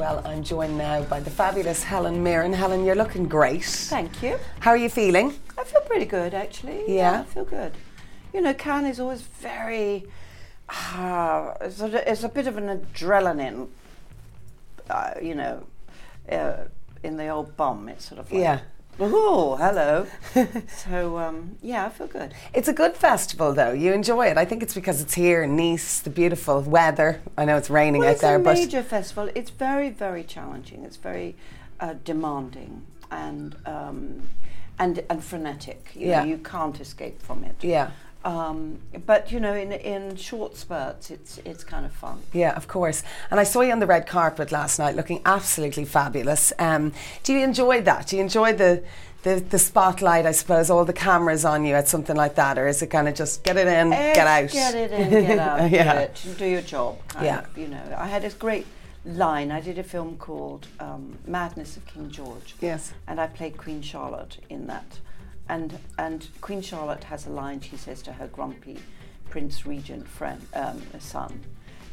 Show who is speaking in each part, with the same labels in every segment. Speaker 1: I'm joined now by the fabulous Helen Mirren. Helen, you're looking great.
Speaker 2: Thank you.
Speaker 1: How are you feeling?
Speaker 2: I feel pretty good actually.
Speaker 1: Yeah?
Speaker 2: I feel good. You know, Cannes is always very. Uh, it's, a, it's a bit of an adrenaline, uh, you know, uh, in the old bomb. It's sort of like,
Speaker 1: Yeah.
Speaker 2: oh, hello. so, um, yeah, I feel good.
Speaker 1: It's a good festival, though. You enjoy it. I think it's because it's here in Nice, the beautiful weather. I know it's raining
Speaker 2: Well,
Speaker 1: out
Speaker 2: it's
Speaker 1: there,
Speaker 2: a
Speaker 1: but
Speaker 2: major festival. It's very, very challenging. It's very uh, demanding and um, and and frenetic. You
Speaker 1: Yeah.
Speaker 2: know, you can't escape from it.
Speaker 1: yeah,
Speaker 2: Um, but you know, in in short spurts, it's it's kind of fun.
Speaker 1: yeah, of course. And I saw you on the red carpet last night, looking absolutely fabulous. Um, do you enjoy that? Do you enjoy the, the the spotlight? I suppose all the cameras on you at something like that, or is it kind of just get it in,
Speaker 2: Eh,
Speaker 1: Mm, get out?
Speaker 2: Get it in, get out.
Speaker 1: Yeah.
Speaker 2: Do it. and Do your job. kind
Speaker 1: Yeah.
Speaker 2: of, you know, I had this great line. I did a film called um, Madness of King George.
Speaker 1: Yes.
Speaker 2: And I played Queen Charlotte in that. And and Queen Charlotte has a line she says to her grumpy Prince Regent friend um, son.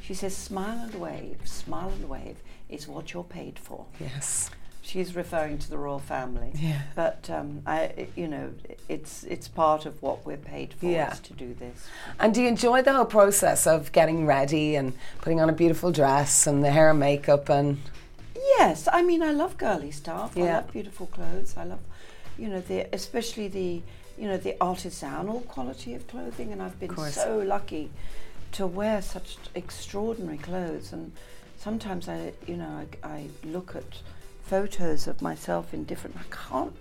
Speaker 2: She says, "Smile and wave, smile and wave is what you're paid for."
Speaker 1: Yes.
Speaker 2: She's referring to the royal family.
Speaker 1: Yeah.
Speaker 2: But um, I, i- you know, it's it's part of what we're paid for
Speaker 1: Yeah.
Speaker 2: is to do this.
Speaker 1: And do you enjoy the whole process of getting ready and putting on a beautiful dress and the hair and makeup and
Speaker 2: Yes, I mean I love girly stuff. I
Speaker 1: Yeah.
Speaker 2: love beautiful clothes. I love, you know, the especially the you know the artisanal quality of clothing, and I've been
Speaker 1: course.
Speaker 2: so lucky to wear such extraordinary clothes. And sometimes I, you know, I, I look at photos of myself in different. I can't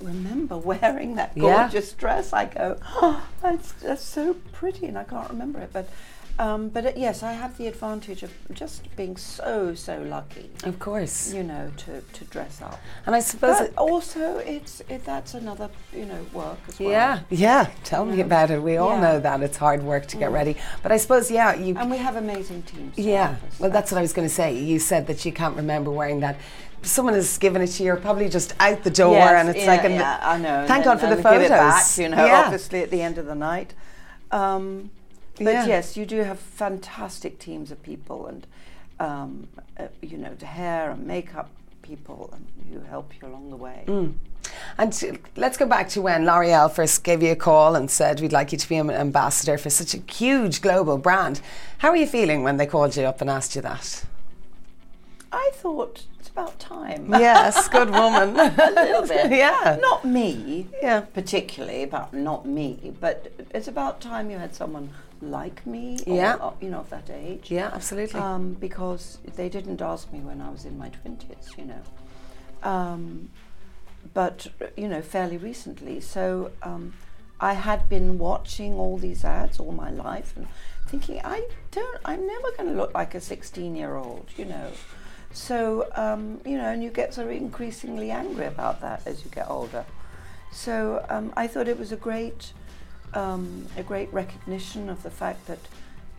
Speaker 2: remember wearing that
Speaker 1: Yeah.
Speaker 2: gorgeous dress. I go, oh, that's, that's so pretty, and I can't remember it, but. Um, but uh, yes, I have the advantage of just being so so lucky
Speaker 1: of course.
Speaker 2: you know, to, to dress up.
Speaker 1: And I suppose
Speaker 2: But
Speaker 1: it,
Speaker 2: also, it's it, that's another you know work as well.
Speaker 1: yeah, yeah. Tell me
Speaker 2: Yeah.
Speaker 1: about it. We all
Speaker 2: Yeah.
Speaker 1: know that it's hard work to get ready, but I suppose yeah, you
Speaker 2: And we have amazing teams. that
Speaker 1: yeah.
Speaker 2: help us.
Speaker 1: Well, that's what I was going to say. You said that you can't remember wearing that. Someone has given it to you, you're probably just out the door,
Speaker 2: Yes,
Speaker 1: and it's
Speaker 2: yeah,
Speaker 1: like, an,
Speaker 2: yeah, I know. and
Speaker 1: thank
Speaker 2: then-
Speaker 1: God for
Speaker 2: and
Speaker 1: the
Speaker 2: give it back,
Speaker 1: photos.
Speaker 2: you know,
Speaker 1: Yeah.
Speaker 2: obviously at the end of the night. Um, but
Speaker 1: Yeah.
Speaker 2: yes, you do have fantastic teams of people, and um, uh, you know, the hair and makeup people and who help you along the way.
Speaker 1: Mm. And to- let's go back to when L'Oreal first gave you a call and said we'd like you to be an ambassador for such a huge global brand. How are you feeling when they called you up and asked you that?
Speaker 2: I thought it's about time.
Speaker 1: Yes, good woman.
Speaker 2: a little bit.
Speaker 1: Yeah.
Speaker 2: Not me.
Speaker 1: Yeah.
Speaker 2: Particularly about not me, but it's about time you had someone like me. or-
Speaker 1: Yeah.
Speaker 2: or, you know, of that age.
Speaker 1: Yeah, absolutely.
Speaker 2: Um, because they didn't ask me when I was in my twenties. You know. Um, but you know, fairly recently. So um, I had been watching all these ads all my life and thinking, I don't, I'm never going to look like a 16 year old, you know. So um, you know, and you get sort of increasingly angry about that as you get older. So um, I thought it was a great, um, a great recognition of the fact that,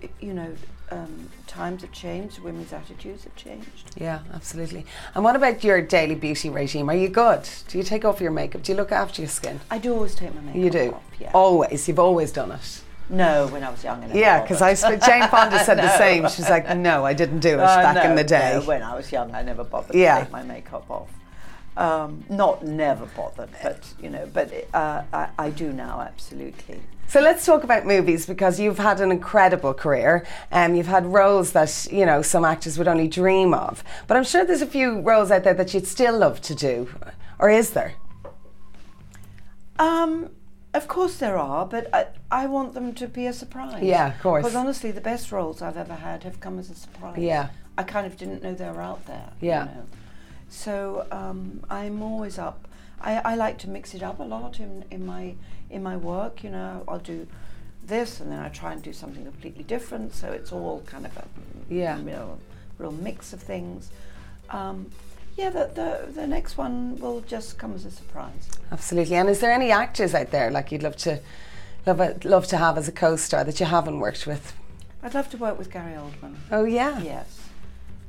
Speaker 2: y- you know, um, times have changed, women's attitudes have changed.
Speaker 1: yeah, absolutely. And what about your daily beauty regime? Are you good? Do you take off your makeup? Do you look after your skin?
Speaker 2: I do always take my makeup
Speaker 1: You do.
Speaker 2: off. Yeah.
Speaker 1: Always. You've Oh, always done it.
Speaker 2: No, when I was young. I never
Speaker 1: Yeah, because I
Speaker 2: bothered.
Speaker 1: sp- Jane Fonda said the
Speaker 2: No.
Speaker 1: same. She was like, "No, I didn't do it
Speaker 2: Uh,
Speaker 1: back
Speaker 2: no,
Speaker 1: in the day."
Speaker 2: no, when I was young, I never bothered
Speaker 1: Yeah.
Speaker 2: to take my makeup off. Um, not never bothered, but you know, but uh, I, I do now absolutely.
Speaker 1: So let's talk about movies because you've had an incredible career. Um, you've had roles that you know some actors would only dream of, but I'm sure there's a few roles out there that you'd still love to do, or is there?
Speaker 2: Um, of course there are, but I, I want them to be a surprise.
Speaker 1: Yeah, of course.
Speaker 2: Because honestly, the best roles I've ever had have come as a surprise.
Speaker 1: Yeah.
Speaker 2: I kind of didn't know they were out there.
Speaker 1: Yeah.
Speaker 2: You know. So um, I'm always up. I, I like to mix it up a lot in, in my in my work. You know, I'll do this, and then I try and do something completely different. So it's all kind of a
Speaker 1: Yeah.
Speaker 2: real, real mix of things. Um, yeah, the, the the next one will just come as a surprise.
Speaker 1: Absolutely. And is there any actors out there like you'd love to love a, love to have as a co-star that you haven't worked with?
Speaker 2: I'd love to work with Gary Oldman.
Speaker 1: Oh yeah,
Speaker 2: Yes,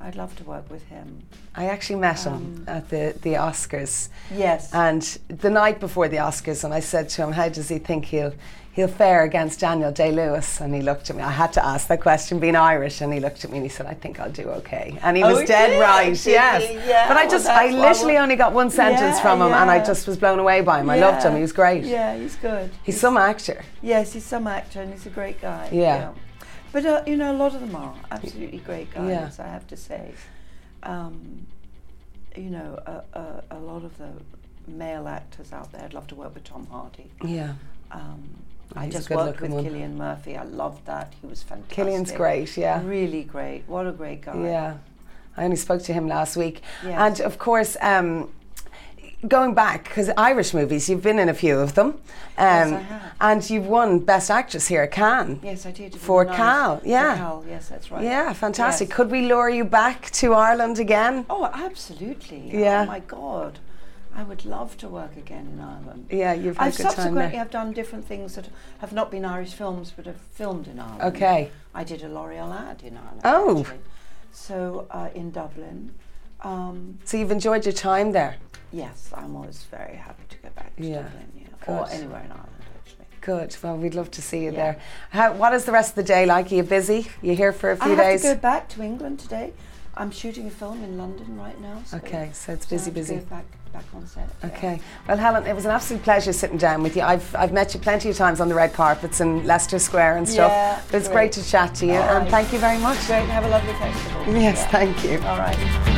Speaker 2: I'd love to work with him.
Speaker 1: I actually met him at the the Oscars.
Speaker 2: Yes.
Speaker 1: Uh, And the night before the Oscars, and I said to him, "How does he think he'll he'll fare against Daniel Day Lewis. And he looked at me. I had to ask that question, being Irish. And he looked at me and he said, I think I'll do okay. And he
Speaker 2: Oh,
Speaker 1: was
Speaker 2: he
Speaker 1: dead
Speaker 2: did,
Speaker 1: right.
Speaker 2: did
Speaker 1: Yes.
Speaker 2: he? Yeah,
Speaker 1: but I
Speaker 2: well,
Speaker 1: just,
Speaker 2: that's
Speaker 1: I
Speaker 2: why I
Speaker 1: literally
Speaker 2: wa-
Speaker 1: only got one sentence
Speaker 2: Yeah,
Speaker 1: from him, and I
Speaker 2: yeah.
Speaker 1: just was blown away by him. I loved him.
Speaker 2: Yeah.
Speaker 1: He was great.
Speaker 2: Yeah, he's good.
Speaker 1: He's some actor.
Speaker 2: Yes, he's some actor and he's a great guy.
Speaker 1: Yeah.
Speaker 2: But, uh, you know, a lot of them are absolutely great guys,
Speaker 1: Yeah.
Speaker 2: I have to say. Um, you know, a, a, a lot of the male actors out there, I'd love to work with Tom Hardy.
Speaker 1: Yeah.
Speaker 2: Um, I
Speaker 1: He's a
Speaker 2: just
Speaker 1: good
Speaker 2: worked with
Speaker 1: looking one.
Speaker 2: Killian Murphy. I loved that. He was fantastic.
Speaker 1: Killian's great. Yeah.
Speaker 2: Really great. What a great guy.
Speaker 1: Yeah. I only spoke to him last week.
Speaker 2: Yes.
Speaker 1: And of course, um, going back, because Irish movies, you've been in a few of them. Um,
Speaker 2: Yes, I have.
Speaker 1: And you've won Best Actress here at Cannes.
Speaker 2: Yes, I did. It was
Speaker 1: For
Speaker 2: nice.
Speaker 1: Cal, yeah.
Speaker 2: For Cal, yes, that's right.
Speaker 1: Yeah, fantastic.
Speaker 2: Yes.
Speaker 1: Could we lure you back to Ireland again?
Speaker 2: Oh, absolutely.
Speaker 1: Yeah.
Speaker 2: Oh, my God. I would love to work again in Ireland.
Speaker 1: Yeah, you've had
Speaker 2: I've
Speaker 1: a good time
Speaker 2: subsequently
Speaker 1: there.
Speaker 2: have done different things that have not been Irish films but have filmed in Ireland.
Speaker 1: Okay.
Speaker 2: I did a L'Oreal ad in Ireland.
Speaker 1: Oh.
Speaker 2: actually. So uh, in Dublin. Um,
Speaker 1: So you've enjoyed your time there.
Speaker 2: yes, I'm always very happy to go back to
Speaker 1: Yeah.
Speaker 2: Dublin. Yeah. Or
Speaker 1: Good.
Speaker 2: anywhere in Ireland, actually.
Speaker 1: Good. Well, we'd love to see you
Speaker 2: Yeah.
Speaker 1: there. How, what is the rest of the day like? Are you busy? You here for a
Speaker 2: I
Speaker 1: few
Speaker 2: have
Speaker 1: days?
Speaker 2: to go back to England today. I'm shooting a film in London right now. So
Speaker 1: Okay, so it's
Speaker 2: so
Speaker 1: busy,
Speaker 2: I have to
Speaker 1: busy.
Speaker 2: go back, back on set. yeah.
Speaker 1: Okay. Well, Helen, it was an absolute pleasure sitting down with you. I've, I've met you plenty of times on the red carpets in Leicester Square and stuff.
Speaker 2: Yeah,
Speaker 1: but it's great.
Speaker 2: great.
Speaker 1: to chat to you,
Speaker 2: All
Speaker 1: and
Speaker 2: right.
Speaker 1: thank you very much.
Speaker 2: Great. Have a lovely festival.
Speaker 1: Yes,
Speaker 2: Yeah.
Speaker 1: thank you.
Speaker 2: All right.